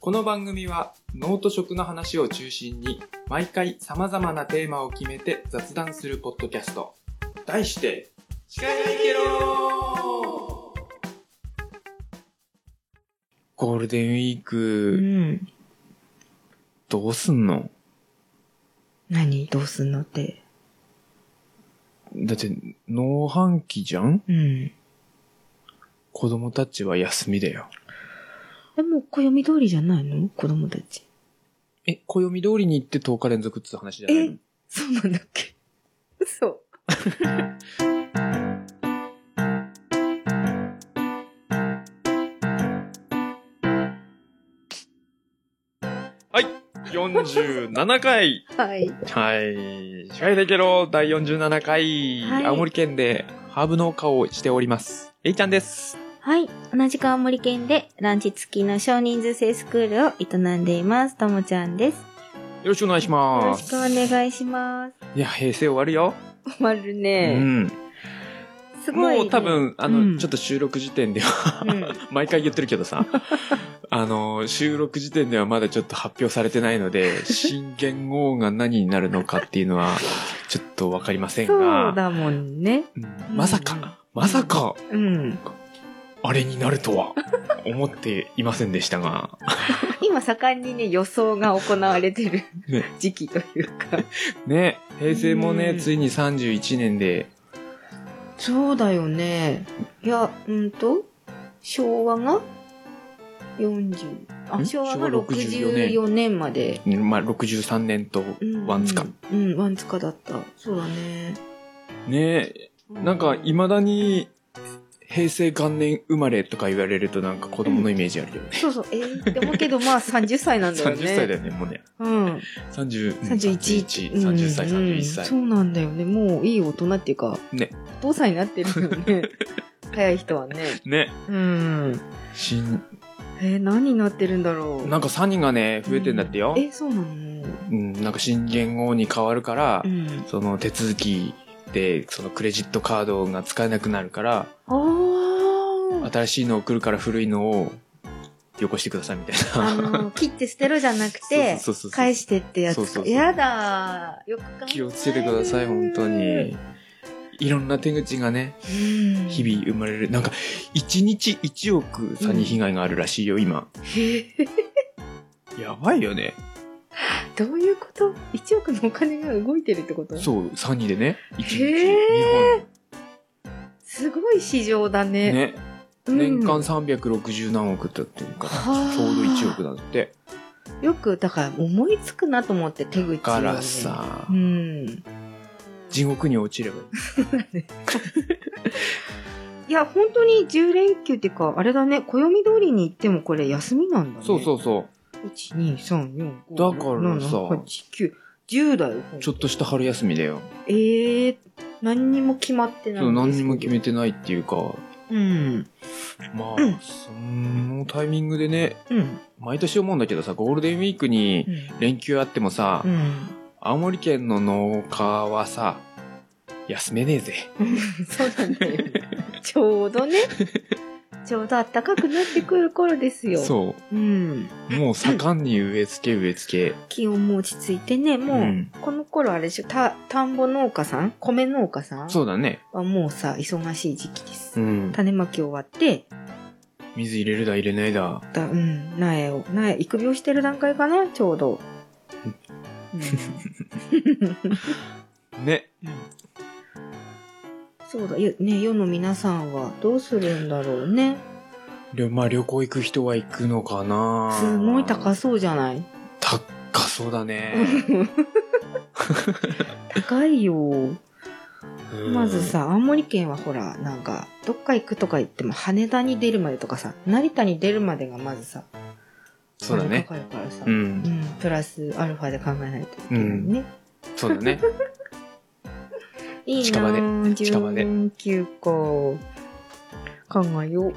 この番組は脳と食の話を中心に毎回様々なテーマを決めて雑談するポッドキャスト。題して、近いけろゴールデンウィーうク、ん。どうすんの何どうすんのって。だって、農繁期じゃんうん。子供たちは休みだよ。でも、暦通りじゃないの子供たち。え、暦通りに行って10日連続って話じゃないえの、そうなんだっけ嘘。 47回はい。はい。司会だけど、第47回、はい青森県でハーブ農家をしております。えいちゃんです。はい。同じく青森県でランチ付きの少人数制スクールを営んでいます。ともちゃんです。よろしくお願いしよろましくす。お願いします。いや、平成終わるよ。終わるうね。ん。すごい、ね。もう多。分、あの、うんちょっと収録時点では、 うん。毎回言ってるけど さ、あの、収録時点ではまだちょっと発表されてないので、新元号が何になるのかっていうのは、ちょっとわかりませんそうが、だもんね。うんまさか、まさか、うん。あれになるとは、思っていませんでしたが、今盛んにね、予想が行われてるね 時期というか。ね、平成もね、うんついに31年で、そうだよね。いや、うんと、昭和が40。あ、ん昭和が昭和64年64年まで。まあ、63年とうんワンツカ。うん、ワンツカだった。そうだね。ね、なんか、未だに、平成元年生まれとか言われるとなんか子供のイメージあるよね。そうそう、えー、でもけど、まあ30歳なんだよね。 30歳だよね、もうね。うん。 30、 31。うん30歳、うん31そ歳。うなんだよね。もういい大人っていうか、ね。お父さんになってるよね。 早い人はね。ね。うん。新、えー、何になってるんだろう。なんか3人がね、増えてんだってよ。え、そうなのうん、なんか新元号に変わるからう、ん。その手続きで、そのクレジットカードが使えなくなるから、あー。新しいのを送るから古いのをよこしてくださいみたいあな。の、切って捨てろじゃなく そうそうて、そうそう返してってやそうつそうか。そうやだーよく考える気をつけてください、本当に。いろんな手口がね、うん日々生まれる。なんか、1日1億詐欺被害があるらしいよ、今。へえやばいよね。どういうこと ?1 億のお金が動いてるってことそう、詐欺でね。1日へ2すごい市場だ本。ね。ね。うん年間360何億だっていうから、はあちょうど1億なんだって。よく、だから思いつくなと思って手口をねだから。さう、ん。地獄に落ちればいい。いや、本当に10連休っていうか、あれだね、暦通りに行ってもこれ休みなんだね。。そうそううそ1、2、3、4、だ5、からさ7、8、9、10だよ。う。ちょっとした春休みだよ。ええ何にも決まってないそうんですけど何にも決めてないっていうか、うん。まあ、うんそのタイミングでね、うん。毎年思うんだけどさ、ゴールデンウィークに連休あってもさ、うん。青森県の農家はさ、休めねえぜ。そうなんだよ ね。ちょうどね。ちょうど暖かくなってくる頃ですよ。。そうん。う。もう盛んに植え付け植え付け。気温も落ち着いてね、もう、うんこの頃あれでしょ、た、田んぼ農家さん米農家さんそうだね。はもうさ、忙しい時期です。うん。種まき終わって、水入れるだ入れないだ。だうん、苗を、苗、育苗してる段階かな、ちょ うど。うんね。そうだよ、ね、世の皆さんはどうするんだろうね。りょまあ旅行行く人は行くのかなすごい高そ。そうじゃないう高そうだね。高いよ。うんまず。さ、青森県はほら、なんか、どっか行くとか言っても、羽田に出るまでとかさ、成田に出るまでがまずさ、そうだお金ねか。かるからさ、ううんん。プラスアルファで考えないといけないね。そうだね。いい近な場でぁ、近場で19個。考えよう。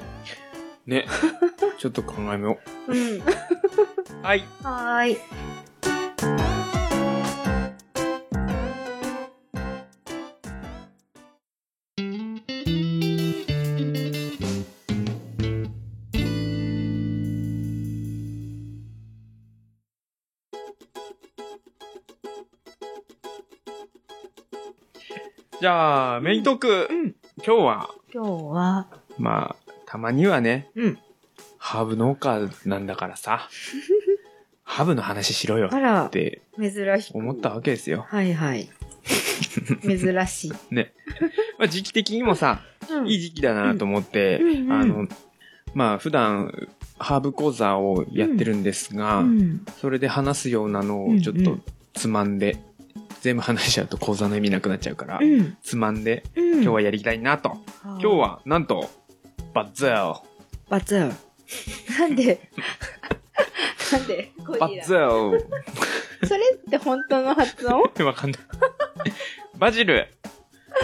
ね。ちょっと考えようん。 う。はい。はーい。じゃあ、メイントーク、うん。今日は、今日は、まあ、たまにはね、うん。ハーブ農家なんだから さ、ハーブの話しろよあらっ、て珍しく。思ったわけですよ。は いはい。珍しい。まあ、時期的にもさ、うんいい時期だなと思っうて、んうんあの、まあ、普段、ハーブ講座をやってるんですが、うんそれで話すようなのをちょっうんうとんつまんで、全部話しちゃうと講座の意味なくなっちゃうから、うん。つまんで、今今日はやりたいなと。今今日は、なんと、バッツェバツー。なんでなんでゴルジバラッツェそれって本当の発音ル わかんない。バジル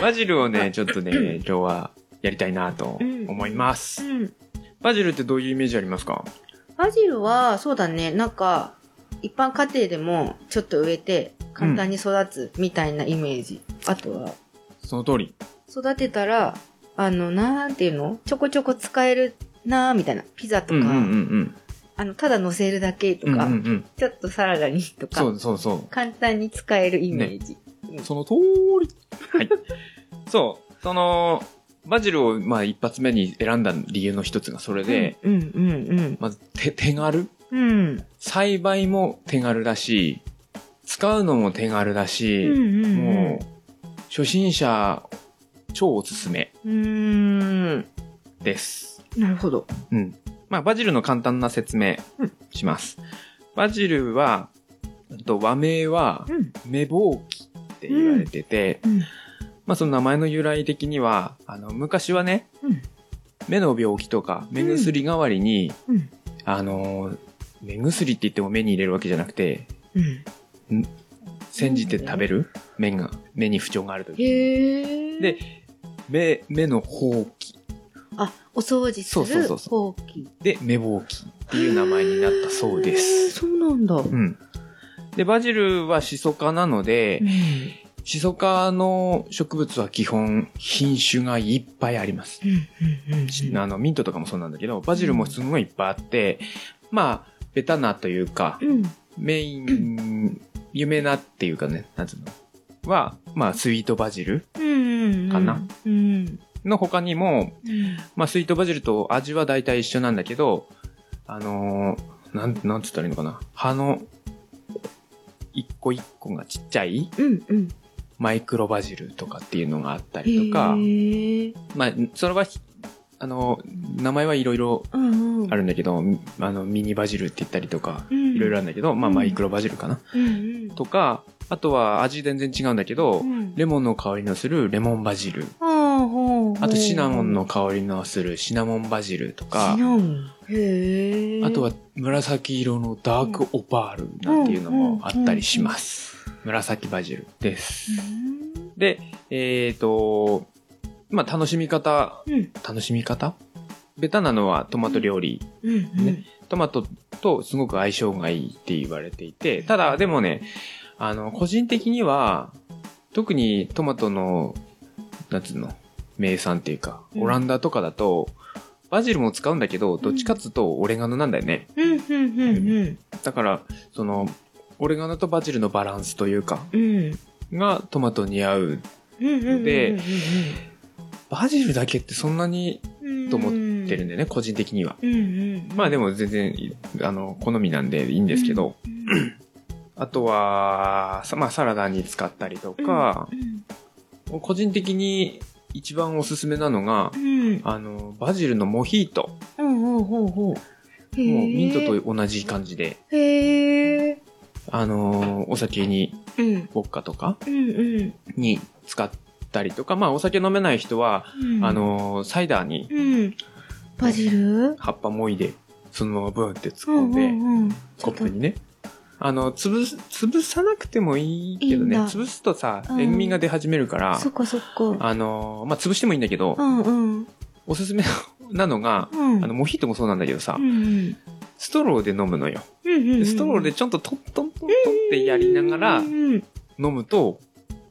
バジルをね、ちょっ とね、今日はやりたいなと思いまうす。ん。バジルってどういうイメージありますかバジルは、そうだね、なんか、一般家庭でもちょっと植えて簡単に育つみたいなイメージ。あとは、その通り。育てたら、あの、なんていうのちょこちょこ使えるなーみたいな。ピザとか、うんうんうんあの、ただ乗せるだけとうん。うんうか、んうん。ちょっとサラダにとか、そうそうそ簡単に使えるイメージ。う。その通り。はい。そう。その、バジルを、まあ、一発目に選んだ理由の一つがそれで、うんうんまず、手、手軽うんうん。栽培も手軽だし、使うのも手軽だうん。うし、んうん。もう、初心者、超おすすめうーん。です。なるほど。うん。まあ、バジルの簡単な説明うんします。バジルは、うんと和名は、うん。メボウキって言われてて、うん。まあ、その名前の由来的には、あの、昔はね、うん目の病気とか、目薬代わりに、うん。あのー、目薬って言っても目に入れるわけじゃなくて、うん。煎じて食べる麺が、目に不調があるとき。へえ。で目、目のほうきあ、お掃除そうすそうるそうそうほうき。で、メボウキっていう名前になったそうでへーす。そうなんだ。ううん。で、バジルはシソ科なので、んシソ科の植物は基本品種がいっぱいあります。うんうんあの、ミントとかもそうなんだけど、バジルもすごいいっぱいあって、まあ、ベタなというかう、ん。メイン、有名なっていうかね、なんつうの、は、まあ、スイートバジルうんうんうん。かなうん。の他にも、うん。まあ、スイートバジルと味は大体一緒なんだけど、あのーなん、なんつったらいいのかな。葉の、一個一個がちっちゃいうんうん。マイクロバジルとかっていうのがあったりとか、へえ。まあ、それはひ、あの、名前はいろいろうんうん。あるんだけど、あの、ミニバジルって言ったりとか、うん。いろいろある。るんだけど、まあ、うんマイクロバジルかな。うんうん。とか、あとは味全然違うんだけどう、んレモンの香りのするレモンバジル。ああ、ほうほう。あとシナモンの香りのするシナモンバジルとかシナ、モン。へえ。あとは、紫色のダークオパールなんていうのもあったりします。紫バジルです。で、えっ、と、まあ、楽しみ方、うん。うん。楽しみ方ベタなのはトマト料理。うんうんね。トマトとすごく相性がいいって言われていて、ただでもね、あの、個人的には、特にトマトの、なんつうの、名産っていうか、うんオランダとかだと、バジルも使うんだけど、どっちかっつうとオレガノなんだよね。うんうんうんだから、その、オレガノとバジルのバランスというか、うん。うん。がトマトに合う。うんうんうんうんうんでバジルだけってそんなにと思ってるんだよね、個人的には。うんうんまあでもも全然、あの、好みなんでいいんですけど、あとは、さまあサラダに使ったりとか、個人的に一番おすすめなのがう、んあの、バジルのモヒート。うんほうほうへーもうミントと同じ感じで、へえあの、お酒に、うウんォッカとかうんうんに使ったりとか、まあお酒飲めない人は、うんあの、サイダーにうんバジル葉っぱもいで、そのままブーンって突うっ込んんうで、んうんコップにね。あの、潰す、潰さなくてもいいけどね。いいんだ潰すとさ、うん塩味が出始めるから、そっかそっかあの、まあ、潰してもいいんだけどう、んうんおすすめなのが、うんあの、モヒートもそうなんだけどさう、んストローで飲むのよ。うんうでんストローでちょっとトントントントンってやりながらうんうん飲むと、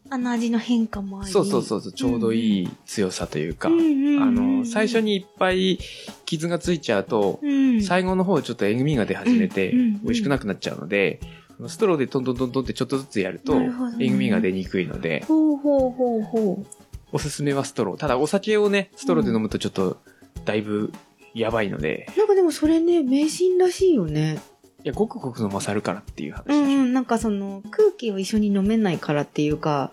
あの味の変化もありそうそうそうそう、ちょうどいい強さというか、あの、最初ににいっぱい傷がついちゃうと、最後の方ちょっとえぐみが出始めて、うんうん美味しくなくなっちゃうので、ストローでトントントントンってちょっとずつやるとな、るほどえぐみが出にくいので、ほうほうほうほう。おすすめはストロー。ただお酒をね、ストローで飲むとちょっと、だいぶ、やばいので、なんかでもそれね、迷信らしいよね。いや、ごくごく飲まさるからっていう話でしうょ。んうん、なんかその、空気を一緒に飲めないからっていうか、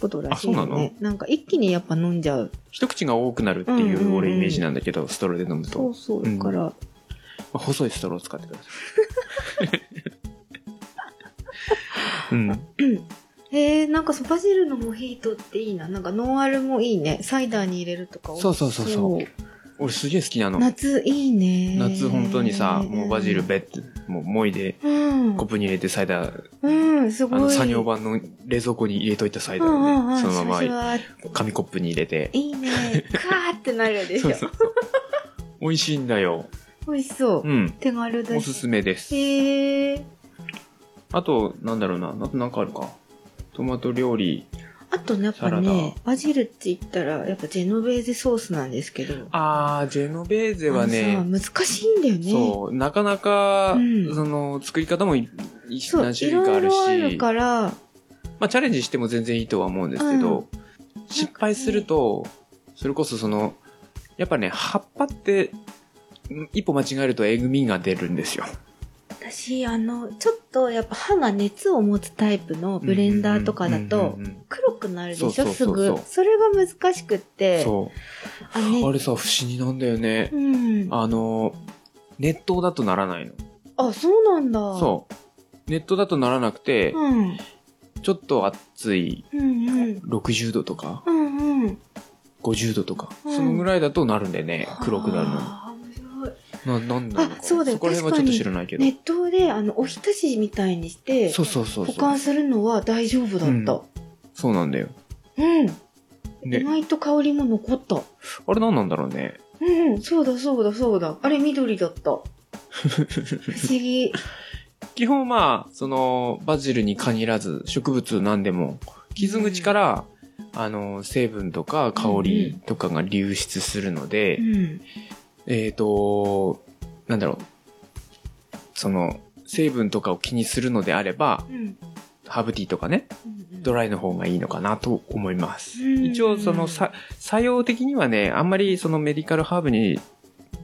ことらしいよあそうなのね。なんか一気にやっぱ飲んじゃう。一口が多くなるっていうんうんうう、ん俺イメージなんだけど、ストローで飲むそとう。そう。うだんから、まあ細いストローを使ってください。うん。へえ、なんかソバジルのモヒートっていいな。なんかノンアルもいいね。サイダーに入れるとかそうそうそうそう俺すげえ好きなの。夏いいね。夏本当にさ、もうバジルベッて、もう、もいで、うん。コップに入れてサイダー、うん、すごあい。の、作業版の冷蔵庫に入れといたサイダーうんうをんうね、ん。そのまシュワシュまワ紙コップに入れて。いいね。カーってなるでしそょう。そうそう。美味しいんだよ。美味しそうう。ん。手軽だし。おすすめです。へえ。あと、なんだろうな。あとなんかあるか。トマト料理。あとね、やっサぱラね、バジルって言ったら、やっぱジェノベーゼソースなんですけど。あー、ジェノベーゼはね、あのさ難しいんだよね。そう、なかなか、うんその、作り方もいいそう何種い類かあろいるろあしる、から、まあチャレンジしても全然いいとは思うんですけど、失敗すると、それこそその、やっぱね、葉っぱって、ん一歩間違えるとえぐみが出るんですよ。私、あの、ちょっとやっぱ歯が熱を持つタイプのブレンダーとかだとうんうん、うん黒くなるでしそうょ、そすうそうそうぐ。それが難しくっうんて。そあう。あね、れさ、不思議なんだよねう。ん。あの、熱湯だとならないの。あ、そうなんだ。そう。熱湯だとならなくて、うん。ちょっと熱いうんうん。 60度とか、うんうん。 50度とか、うんそのぐらいだとなるんだよね、黒くなるのに。あー面白いな、なんだろうあそうだよそこら辺はちょっと知らないけど。熱湯で、あの、おひたしみたいにして、そうそうそう保そう。管するのは大丈夫だった。そうなんだよ。うん。意ね。外と香りも残った。あれ何なんだろうね。うんうん、そうだそうだそうだ。あれ緑だった。不 思議。基本まあ、その、バジルに限らず、植物なんでも、傷口から、あの、成分とか香りとかが流出するので、うん。えっ、と、なんだろう。その、成分とかを気にするのであれば、うん。ハーブティーとかね、ドライの方がいいのかなと思います。うん一応そのさ作用的にはね、あんまりそのメディカルハーブに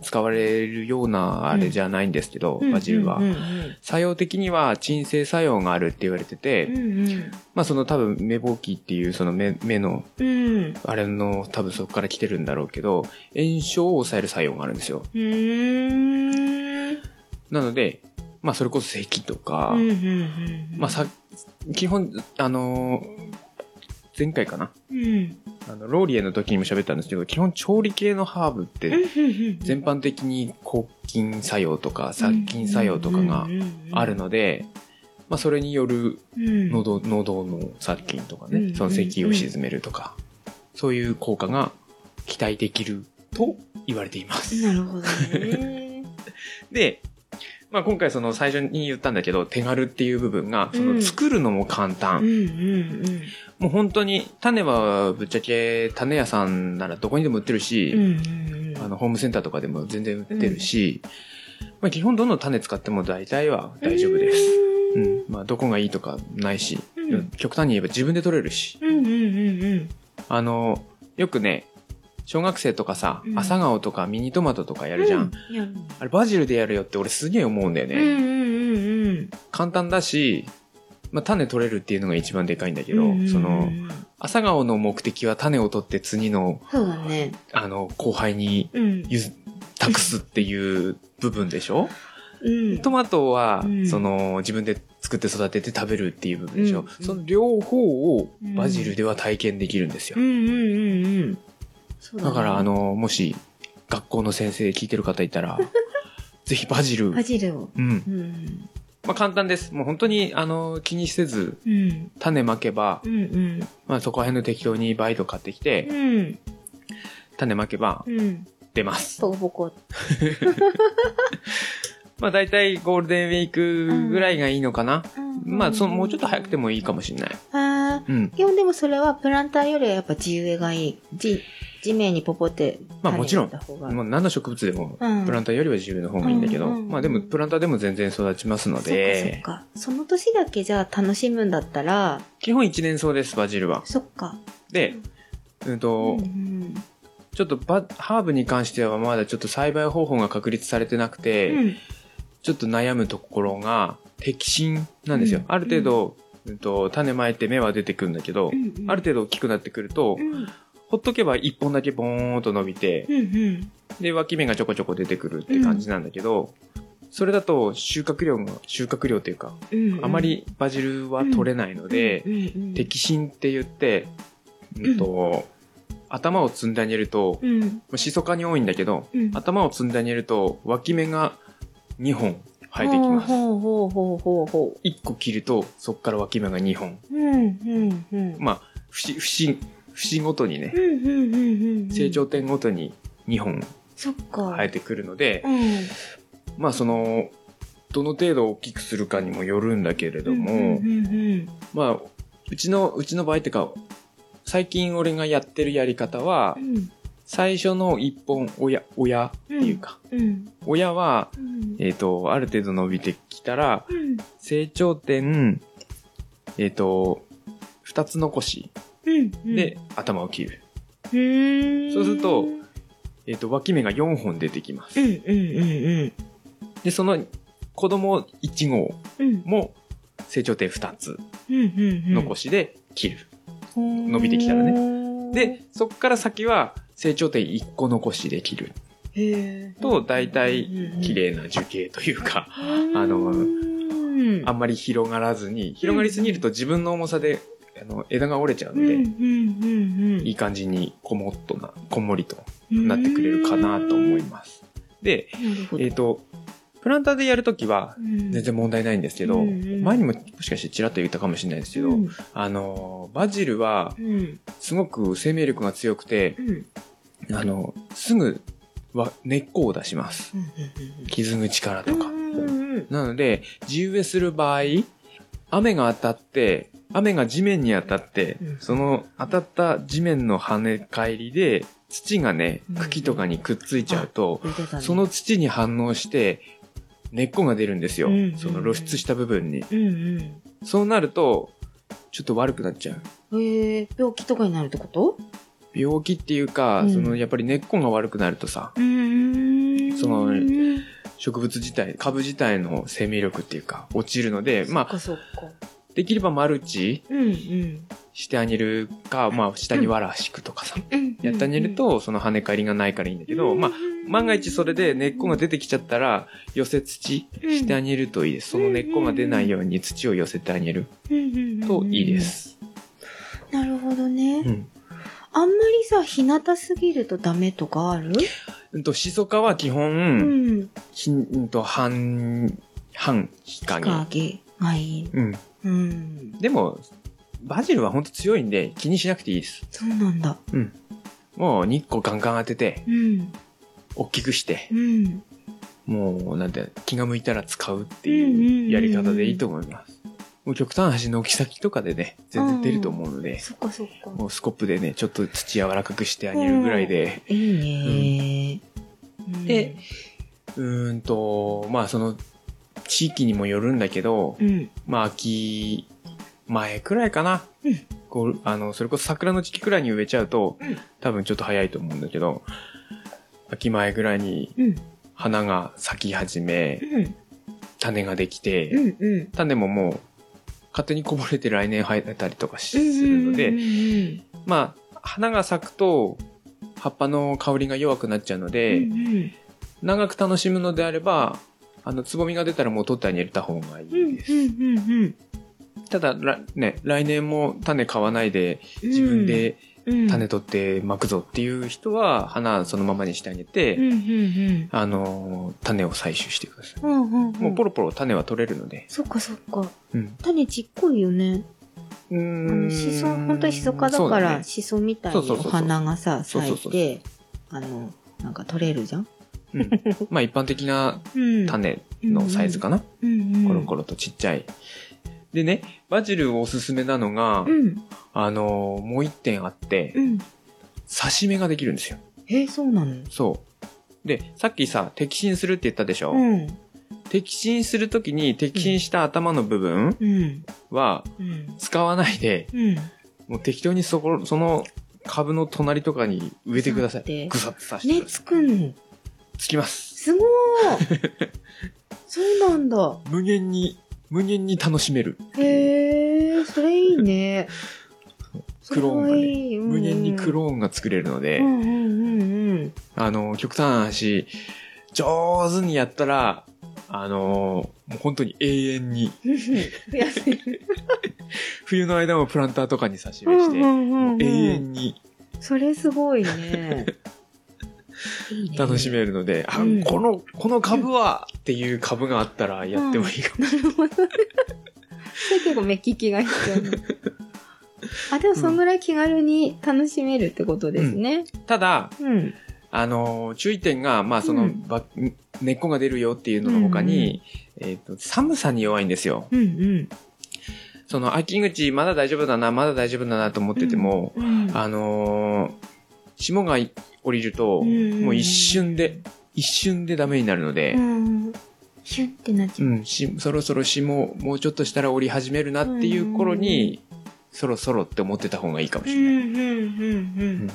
使われるようなあれじゃないんですけど、うんバジルは。うんうん作用的には鎮静作用があるって言われてて、うん。うんまあその多分目ぼうきっていうその目目のうん。うん。あれの多分そこから来てるんだろうけど、炎症を抑える作用があるんですよ。うーん。なので、まあそれこそ咳とか、うんうんうんうんまあさ、基本、あのー前回かなうんうんあの、ローリエの時にも喋ったんですけど、基本調理系のハーブっうんて、うん全般的に抗菌作用とか殺菌作用とかがあるので、まあそれによるの喉、喉の殺菌とかうんね、その咳を沈めるとか、そういう効果が期待できると言われています。なるほどね。 で、まあ今回その最初に言ったんだけど、手軽っていう部分が、そうのん作るのも簡単。うんうんもう本当に、種はぶっちゃけ種屋さんならどこにでも売ってるし、うん。うんうんうんあの、ホームセンターとかでも全然売ってるし、まあ基本どの種使っても大体は大丈夫です。う。うんんまあどこがいいとかないし、うん極端に言えば自分で取れるし。うんうんうんあの、よくね、小学生とかさ、うん朝顔とかミニトマトとかややるじゃん。。うんやるあれバジルでやるよって俺すげえ思うんだよね。うんうんうんうん。簡単だし、まあ種取れるっていうのが一番でかいんだけど、うんうんうんその、朝顔の目的は種を取って次の、そうだね。あの、後輩にうん。ゆず託すっていう部分でしょうんトマトは、うんその、自分で作って育てて食べるっていう部分でしょ、うんその両方をうんバジルでは体験できるんですよ。うんうんうんうん。そうねだから、あ、の、もし、学校の先生聞いてる方いた ら、ぜひバジル。バジルを。うんう。んまあ、簡単です。もう本当に、あの、気にせず、うん。うん種まけば、うんまあ、そこら辺の適当にバイト買ってきてう、ん。種まけばう、ん。出ます。ポコポコ。まあ、大体ゴールデンウィークぐらいがいいのかな。まあ、その、もうちょっと早くても。もいいかもしれない。ああ。うん。基本でもそれはプランターよりはやっぱ地植えがいい。じ地面にポポってまあもちろん種を入れた方がもう何の植物でも、うんプランターよりは自由の方がいいんだけど、うんうんまあでもプランターでも全然育ちますのそっで、かそっかその年だけじゃあ楽しむんだったら基本一年草です、バジルは。そっかで、うんと、うんちょっとバ、ハーブに関してはまだちょっと栽培方法が確立されてなくうて、んうんちょっと悩むところが、適心なんですよ。うんある程度、うんと、種まいて芽は出てくるんだけど、うんうんある程度大きくなってくると、うんほっとけば一本だけボーンと伸びて、うんうんで、脇芽がちょこちょこ出てくるって感じなんだけど、それだと収穫量が、収穫量というか、うんうんあまりバジルは取れないのでう、んうんうん適心って言って、うんと、頭を積んであげると、うんしそかに多いんだけど、うん頭を積んであげると、脇芽が2本生えてきます。ほうほうほうほうほ1個切ると、そこから脇芽が2本。ううんうんうんまあ、節、節、節ごとにねう、んうんうんうん成長点ごとに2本そっか生えてくるので、うんまあその、どの程度大きくするかにもよるんだけれども、うんうんうんまあ、うちの、うちの場合ってか、最近俺がやってるやり方はう、ん最初の一本親、親っていうか、うん親は、うんえっ、と、ある程度伸びてきたら、うん成長点、えっ、と、二つ残しうんうんで頭を切る。うーんそうするとえっ、と、脇芽が4本出てきまうす。んうんうんで、その子供1号うんうんも成長点2つうんうんうん残しで切る。伸伸びてきたらねねで、そっから先は成長点1個残しで切る。と大体綺麗な樹形というか、あのあんまり広がらずに、広がりすぎると自分の重さで、あの、枝が折れちゃうんで、いい感じにこもっとな、こんもりとなってくれるかなと思います。で、えっ、と、プランターでやるときは全然問題ないんですけど、うんうん前にももしかしてちらっと言ったかもしれないですけど、あの、バジルはすごく生命力が強くて、あの、すぐは根っこを出します。傷口からとか。なので、地植えする場合、雨が当たって、雨が地面に当たって、うんその当たった地面の跳ね返りで、土がねうん、茎とかにくっついちゃうと、その土に反応して、根っこが出るんですよ。うんその露出した部分に。そうなると、ちょっと悪くなっちゃう。病気とかになるってこと病気っていうか、うんそのやっぱり根っこが悪くなるとさ、そその植物自体、株自体の生命力っていうか、落ちるので、まあ、そっかできればマルチうんうんしてあげるか、まあ、下にわら敷くとかさ、うんやってあげると、その跳ね返りがないからいいんだけど、まあ、万が一それで根っこが出てきちゃったら、寄せ土してあげるといいです。その根っこが出ないように土を寄せてあげるといいです。なるほどね、うん。あんまりさ日向すぎるとダメとかあるうんと、シソ科は基う本、んひうんと、半、半日日陰。陰がいいうん。うんでも、バジルは本当強いんで、気にしなくていいです。そうなんだもう日光ガンガン当てて、うん大きくしてう、んもう、なんて、気が向いたら使うっていうやり方でいいと思います。もう極端端の置き先とかでね、全然出ると思うので、そっかそっかもうスコップでね、ちょっと土柔らかくしてあげるぐらいで、いいね、うん、でうーんと、まあその、地域にもよるんだけどう、んまあ秋前くらいかな。うんこう、あの、それこそ桜の時期くらいに植えちゃうとうん、多分ちょっと早いと思うんだけど、秋前ぐらいにうん花が咲き始めう、ん種ができうて、んうん種ももう、勝手にこぼれて来年生えたりとかしするのうんで、うんまあ、花が咲くと、葉っぱの香りが弱くなっちゃうのうで、ん長く楽しむのであれば、あの、つぼみが出たらもう取ってあげた方がいうんうんいです。うんうんただ、らね、来年も種買わないで、うん自分で種種取って巻くぞっていう人は、花そのままにしてあげて、うんうんあのー、種を採取してください。うんうんうんうんもうポロポロ種は取れるので。そっかそっかうん。種ちっこいよねうーあの、シソ、本当にシソ科だそうかだら、ねシソみたいにそうそうおそうそう花がさ、そうそ咲いうそうて、あの、なんか取れるじゃんうん、 まあ一般的なうん。種のサイズかな、うんうん。コロコロとちっちゃい。でね、バジルおすすめなのが、うん。あのー、もう一点あって、うん。刺し目ができるんですよ。え、そうなのそう。で、さっきさ、摘心するって言ったでしょ、うん。摘心するときに摘心した頭の部分うん。はうん。使わないで、うん。もう適当にそこ、その株の隣とかに植えてくださ刺してい。ぐさっと刺してねください。つくの。つきます。すごーそうなんだ。無限に、無限に楽しめる。へえ、それいいね。クローンがねそれはいいうん無限にクローンが作れるので、うんうんうんうん。 あの、極端な話、上手にやったら、あのもう本当に永遠に、うん増やせる。冬の間もプランターとかに差しう植えしんて、うもんううんう永ん。遠にそれすごいね。いい ね楽しめるので、あうんこの、この株はっていう株があったらやってもいいかも。それ結構目利きが必 要なのあ、でもそんぐらい気軽に楽しめるってことですね。ただ、うん。あの注意点が、まあ、そうの、んば根っこが出るよっていうのの他に、えっ、と、寒さに弱いんですよ。うんうん。その、秋口、まだ大丈夫だな、まだ大丈夫だなと思ってても、うんあのー霜がい降りると、うんもう一瞬で、一瞬でダメになるのでう、ん。ヒュンってなっちうゃん、しそろそろ霜、もうちょっとしたら降り始めるなっていう頃に、そろそろって思ってた方がいいかもう。うしんれない。うんうんううんん。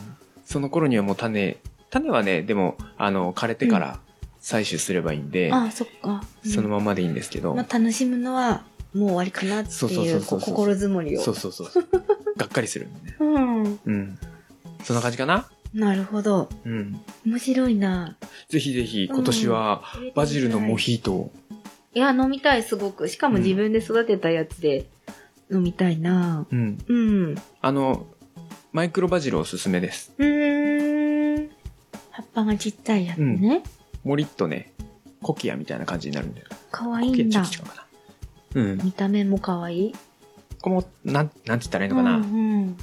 その頃にはもう種、種はね、でも、あの、枯れてから採取すればいいんで、あ、そっか。うんそのままでいいんですけど、まあ、楽しむのはもう終わりかなってそうそういそううそこうう心づもりをそうそう そう。がっかりするんでね。うんうん。そんな感じかななるほどうん。面白いなぜひぜひ、今年は、バジルのモヒートを、いや飲みたいすごくしかも自分で育てたやつで飲みたいなうん、うんうあの、マイクロバジルおすすめです。ーん葉っぱがちっちゃいやつね、もりっとね、コキアみたいな感じになるんで。かわコいキいアんちょだっと違うかな。うん。見た目もかわいいこの、なん、なんて言ったらいいのかな。うん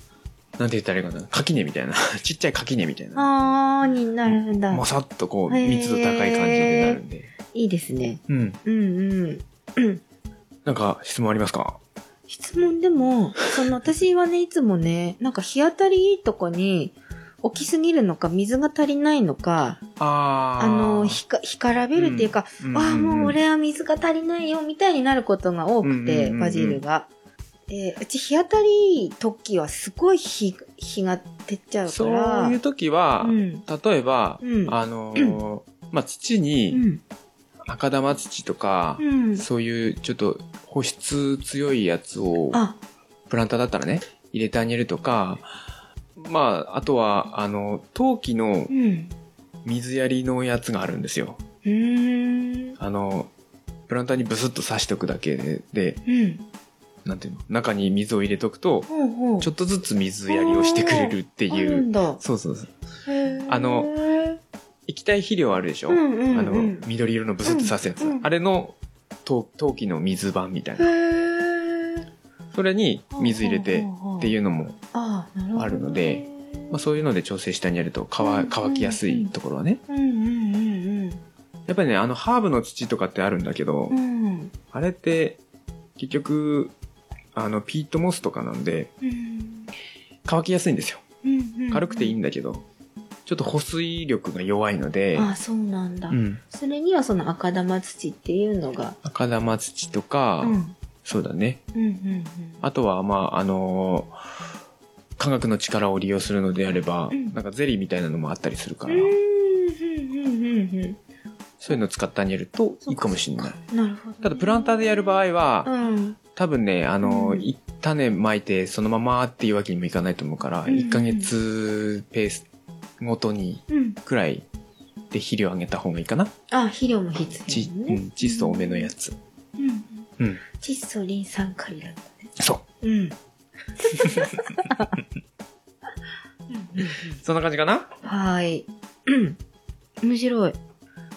なんて言ったらいいのかな。垣根みたいな。 ちっちゃい垣根みたいうん、な。あーになるんだもさっとこう、へー密度高い感じになるんで。いいですねうん。うんうんなんか、質問ありますか質問でも、その私はね、いつもね、 なんか日当たりいいとこに置きすぎるのか、水が足りないのか、ああの、ひか、干からべるっていうか、ああ、もう、俺は水が足りないよ、みたいになることが多うくんうんうんて、うんバジルが。えーうち日当たりいい時はすごい日、日が照っちゃうかそうら。いう時は、うん。例えば、うんあのーまあ、土うに、ん。赤玉土とか、うん。そういうちょっと保湿強いやつをあ、プランターだったらね入れてあげるとかまああとはあの陶器のうん。水やりのやつがあるんですようーん。あのプランターにブスッと刺しとくだけででうん。なんていうの中に水を入れとくとほうほう。ちょっっとずつ水やりをしてくれるってあいるうんだ。そうそうそうへーあの、液体肥料あるでしょ、うんうんうん、あの緑色のブスッと刺すやつ、うんうんあれの陶陶器の水盤みたいなへーそれに水入れてっていううのもああなるほどねあるので、まあ、そういうので調整してあげるとうんうん乾うん乾きやすいところはね。うんうんうんやっぱりね、あの、ハーブの土とかってあるんだけどう、んあれって、結局、あの、ピートモスとかなんで、うん乾きやすいんですよ。うん軽くていいんだだけど、ちょっと保水力が弱いので、ああそうなんだ、うん。それにはその赤玉土っていうのが赤玉土とか、うんうんそうだね。うんうんあとは、まあ、あのー科学の力を利用するのであれば、うんなんかゼリーみたいなのもあったりするかうんら、うんうんうんうんそういうのを使ってあげるといいかもしれない。なるほどねただ、プランターでやる場合は、うん多分ね、あの、うんい種まいてそのままっていうわけにもいかないと思うから、うんうん1ヶ月ペースごとにうんくらいで肥料あげた方がいいかな。あ肥料も必ち、要だねうん、窒素多めのやつ。うんうん。窒素リン酸カリだったねそうんう。そんな感じかなはい。うん面白い。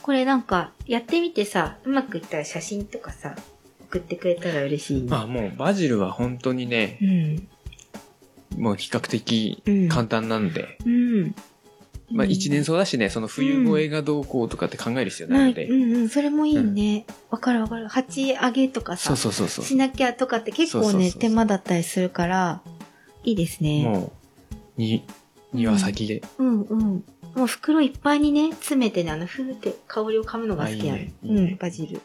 これなんか、やってみてさ、うまくいったら写真とかさ、送ってくれたら嬉しいね。まあもうバジルは本当にねう、ん。もう比較的うん。簡単なんで、うん。まあ1年そうだしね、その冬越えがどうこうとかって考える必要ないなのいで、うんうん、それもいいね。わ、かるわかる。鉢上げとかそさう、そうそうそしなきゃとかって結そうそう構そうね、そう手間だったりするから、いいですう。ね。もう、に、庭先で。うんうん。もう袋いっぱいにね、詰めてね、あの、ふーって香りを噛むのが好きなの。あいいねいいねうん、バジル。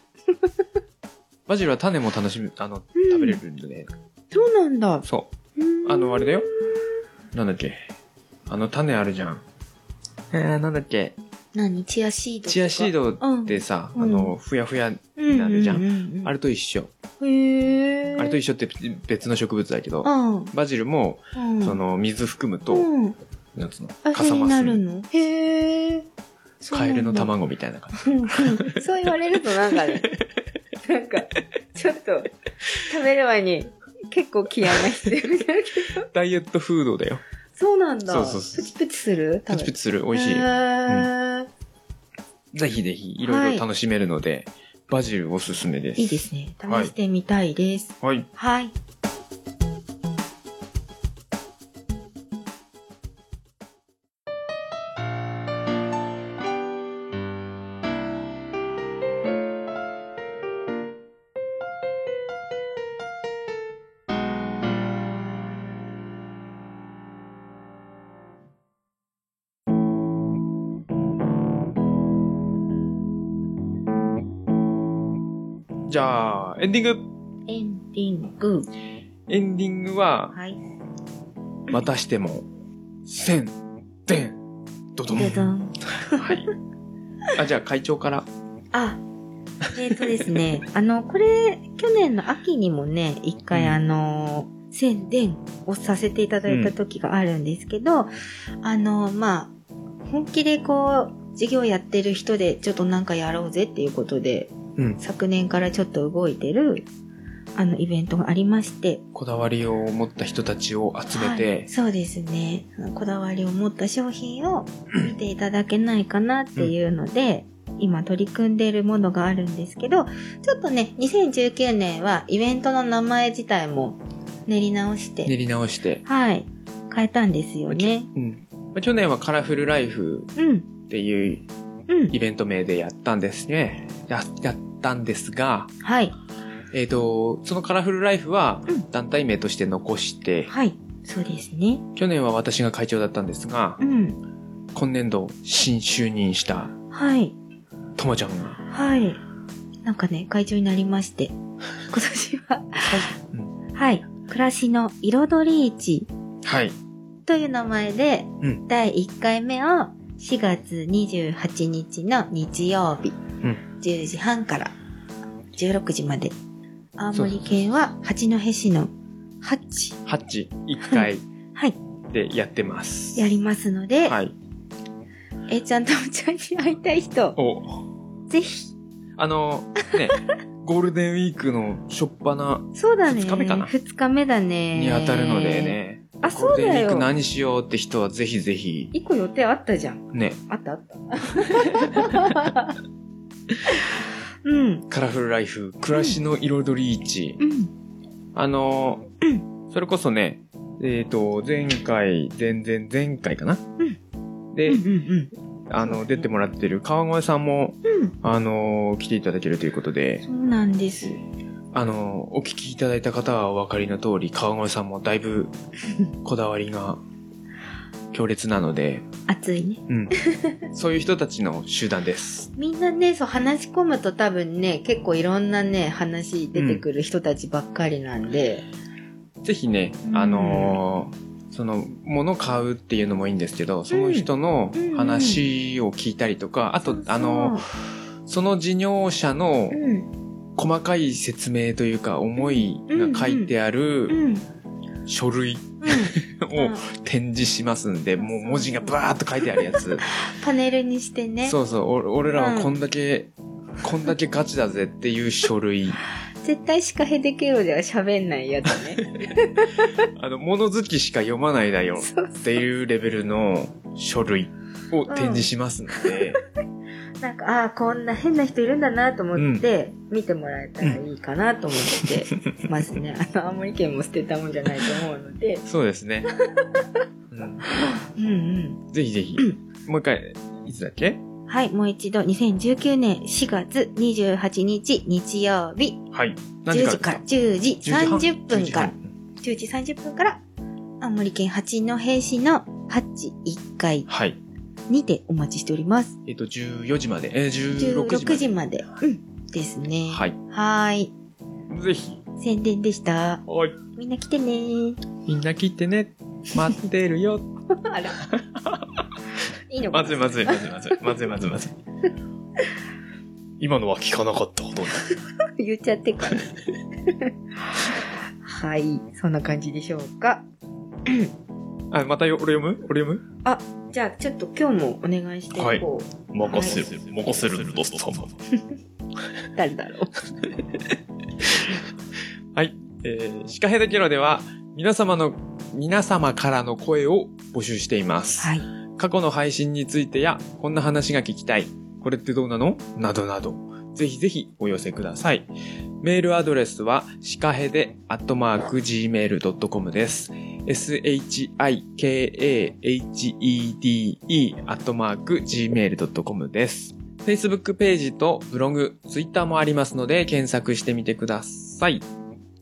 バジルは種も楽しむ、あの、うん食べれるんでね。そうなんだ。そうーう。んあの、あれだよ。なんだっけ。あの種あるじゃん。えー、なんだっけ。何チアシードとかチアシードってさ、うんあの、ふやふや、うんなるじゃんうううんあれと一緒。へえ。あれと一緒。緒って別の植物だけどう、ん。うん。バジルも、その、水含むと、うん。なんつうあの、かれさにまなするる。のへえ。そうなカんだエルの。卵みたいな感じ。うんうんそう言われるとなんかね、 なんか、ちょっと、食べる前に結構気合が必要になるけど。ダイエットフードだよ。そうなんだ。そうそうそうプチプチするプチプチ。チする。美味しへい。ーぜひぜひ、いろいろ楽しめるので、バジルおすすめです。いいですね。試はいしてみたいです。はい。はい。じゃあ、エンディングエンディング。エンディングは、はい。またしても、せん、でん、ドドン。どどん。はい。あ、じゃあ会長から。あ、えっ、とです ね、あの、これ、去年の秋にもね、一回うんあの、宣伝をさせていただいた時があるんですけど、あの、まあ、本気でこう、事業やってる人でちょっとなんかやろうぜっていうことで、うん昨年からちょっと動いてる、あの、イベントがありまして、こだわりを持った人たちを集めはいて、そうですねこだわりを持った商品を見ていただけないかなっていうので、今取り組んでいるものがあるんですけどちょっとね2019年はイベントの名前自体も練り直して、練り直して。はい変えたんですよねうん。まあ去年はカラフルライフうんっていううんイベント名でやったんですね。や、やったんですが、はいえっ、と、そのカラフルライフはうん団体名として残して、はいそうですね去年は私が会長だったんですがう、ん今年度新就任したはいともちゃんが、はいなんかね会長になり まして今年ははい暮らしの彩り市はい。という名前で、うん第1回目を4月28日の日曜日、ん10時半から16時まで青森県は八戸市の八ハッチ1回はいでやってます。やりますので、はい。えーちゃんともちゃんに会いたい人お、ぜひあの、 ね、ゴールデンウィークの初っ端そうだね二日目かな2日目だねに当たるのでね、あゴーそうルデンウだィークよ何しようって人はぜひぜひ、 1個予定あったじゃんね、あったあった うんカラフルライフ、暮らしの彩り市、うんあの、それこそね、えっ、と、前回、前々前回かな、で、うんうんあの、出てもらってる川越さんも、うんうんあの、来ていただけるということで、そうなんです。あの、お聞きいただいた方はお分かりの通り、川越さんもだい ぶこだわりが強烈なので、暑いね。 うん。そういう人たちの集団です。みんなね、そう話し込むと多分ね、結構いろんなね、話出てくる人たちばっかりなんで。ぜひねう、んあのーその、物買うっていうのもいいんですけど、その人のうん話を聞いたりとか、あと、あの、その事業者のうん、細かい説明というか、思いが書いてあうん、うるん。書類 を展示しますんで、そうもう文字がバーッと書いてあるやつ。パネルにしてね。そうそう、お俺らはこんだけ、こんだけガチだぜっていう書類。 絶対シカヘデケロでは喋んないやつ ね。あの、物好きしか読まないだよそうっていうレベルの書類を展示しますので、なんか、ああー、こんな変な人いるんだなと思って、見てもらえたらいいかなと思ってて、 まずね、あの、青森県も捨てたもんじゃないと思うので、そうですね。うんうんうん。ぜひぜ ひ。もう一回、いつだっけはい、もう一度、2019年4月28日日曜日、はい。 10時から、10時10時半30分から、 10 10時30分から、青森県八戸市のハッチ1階はい。にてお待ちしております。えっと、14時まで、えー、16時まで。 16時まで。うん。ですね。。はいい。はーい。ぜひ。宣伝でした。はい。みんな来てねー。みんな切ってね。待ってるよ。 あら。いいのかなまずいまずいまずいまずい。まずいまずいまずい。今のは聞かなかったことになる。言っちゃって から。はい。そんな感じでしょうか。あ、またよ、俺読む俺読むじゃあ、ちょっと今日もお願いしていこう。任せる。任せる、ドストさん。誰だろう。えー、シカヘデケロでは、皆様の、皆様からの声を募集しています。はい。過去の配信についてや、こんな話が聞きたい、これってどうなのなどなど、ぜひぜひお寄せください。メールアドレスは、シカヘデアットマーク gmail.com です。s-h-i-k-a-h-e-d-e アットマーク gmail.com です。Facebook ページとブログ、Twitter もありますので検索してみてください。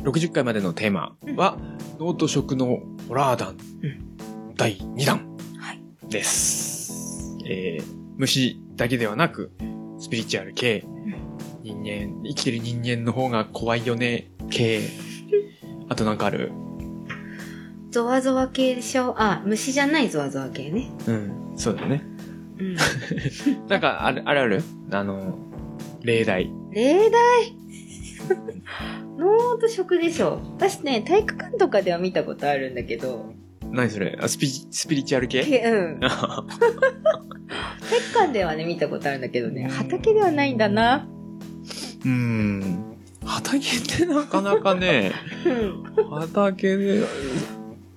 60回までのテーマは、脳と食のホラー団、第2弾。はい。です。えー虫だけではなく、スピリチュアル系、人間、生きてる人間の方が怖いよね、系。あとなんかあるゾワゾワ系でしょあ、虫じゃないゾワゾワ系ね。うん、そうだね。うん。なんか、ある、あるあるあの、例題。例題 脳と食でしょ私ね、体育館とかでは見たことあるんだけど、何それあスピ、スピリチュアル系け うん。体育館ではね、見たことあるんだけどね、畑ではないんだな。うん。畑ってなかなか ね、うん。畑で、うん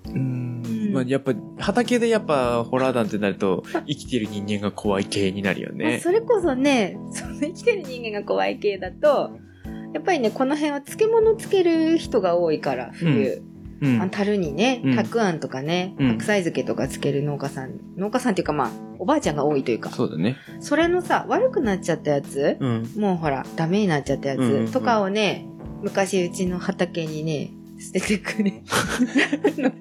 うん、まあ、やっぱ、畑でやっぱ、ホラー団ってなると、生きてる人間が怖い系になるよまあね。それこそね、その生きてる人間が怖い系だと、やっぱりね、この辺は漬物つける人が多いから、うん冬。あの樽にねう、んたくあんとかね、うん白菜漬けとかつける農家さん、農家さんっていうかまあ、おばあちゃんが多いというか、そうだね。それのさ、悪くなっちゃったやつ、うん。もうほら、ダメになっちゃったやうんうんうつんとかをね、昔うちの畑にね、捨ててくれ。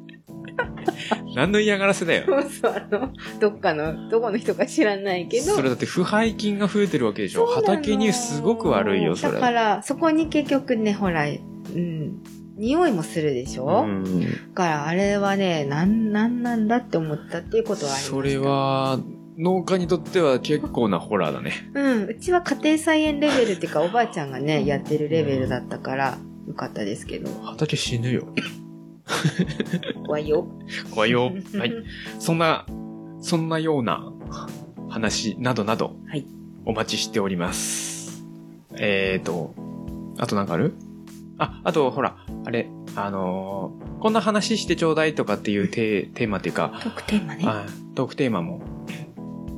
何の嫌がらせだよ。そうそう、あの、どっかの、どこの人か知らないけど。それだって腐敗菌が増えてるわけでしょ。そうなの畑にすごく悪いよ、それ。だから、そこに結局ね、ほら、うん、匂いもするでしょ、うんだから、あれはね、なん、なんなんだって思ったっていうことはあります。それ。は、農家にとっては結構なホラーだね。うん、うちは家庭菜園レベルっていうか、おばあちゃんがね、やってるレベルだったから、よかったですけど。畑死ぬよ。怖いよ。怖い よ。はい。そんな、そんなような話などなど、はいお待ちしております。えーと、あとなんかあるあ、あと、ほら、あれ、あのーこんな話してちょうだいとかっていうテーテーマっていうか、特テーマね。はい、トークテーマも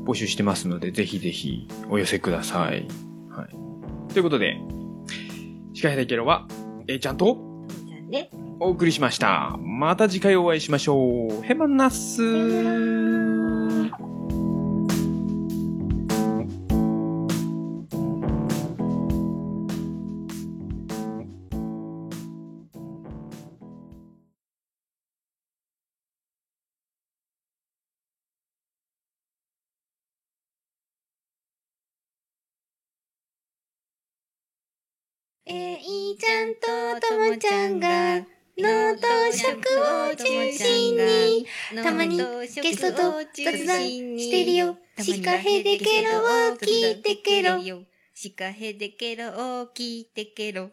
募集してますので、ぜひぜひお寄せください。はい、ということで、シカヘデケロは、えいちゃんとじゃあね。お送りしました。また次回お会いしましょう。ヘマンナッスえいちゃんとともちゃんが脳と食を中心にたまにゲストと雑談してるよシカヘデケロを聞いてケロシカヘデケロを聞いてケロ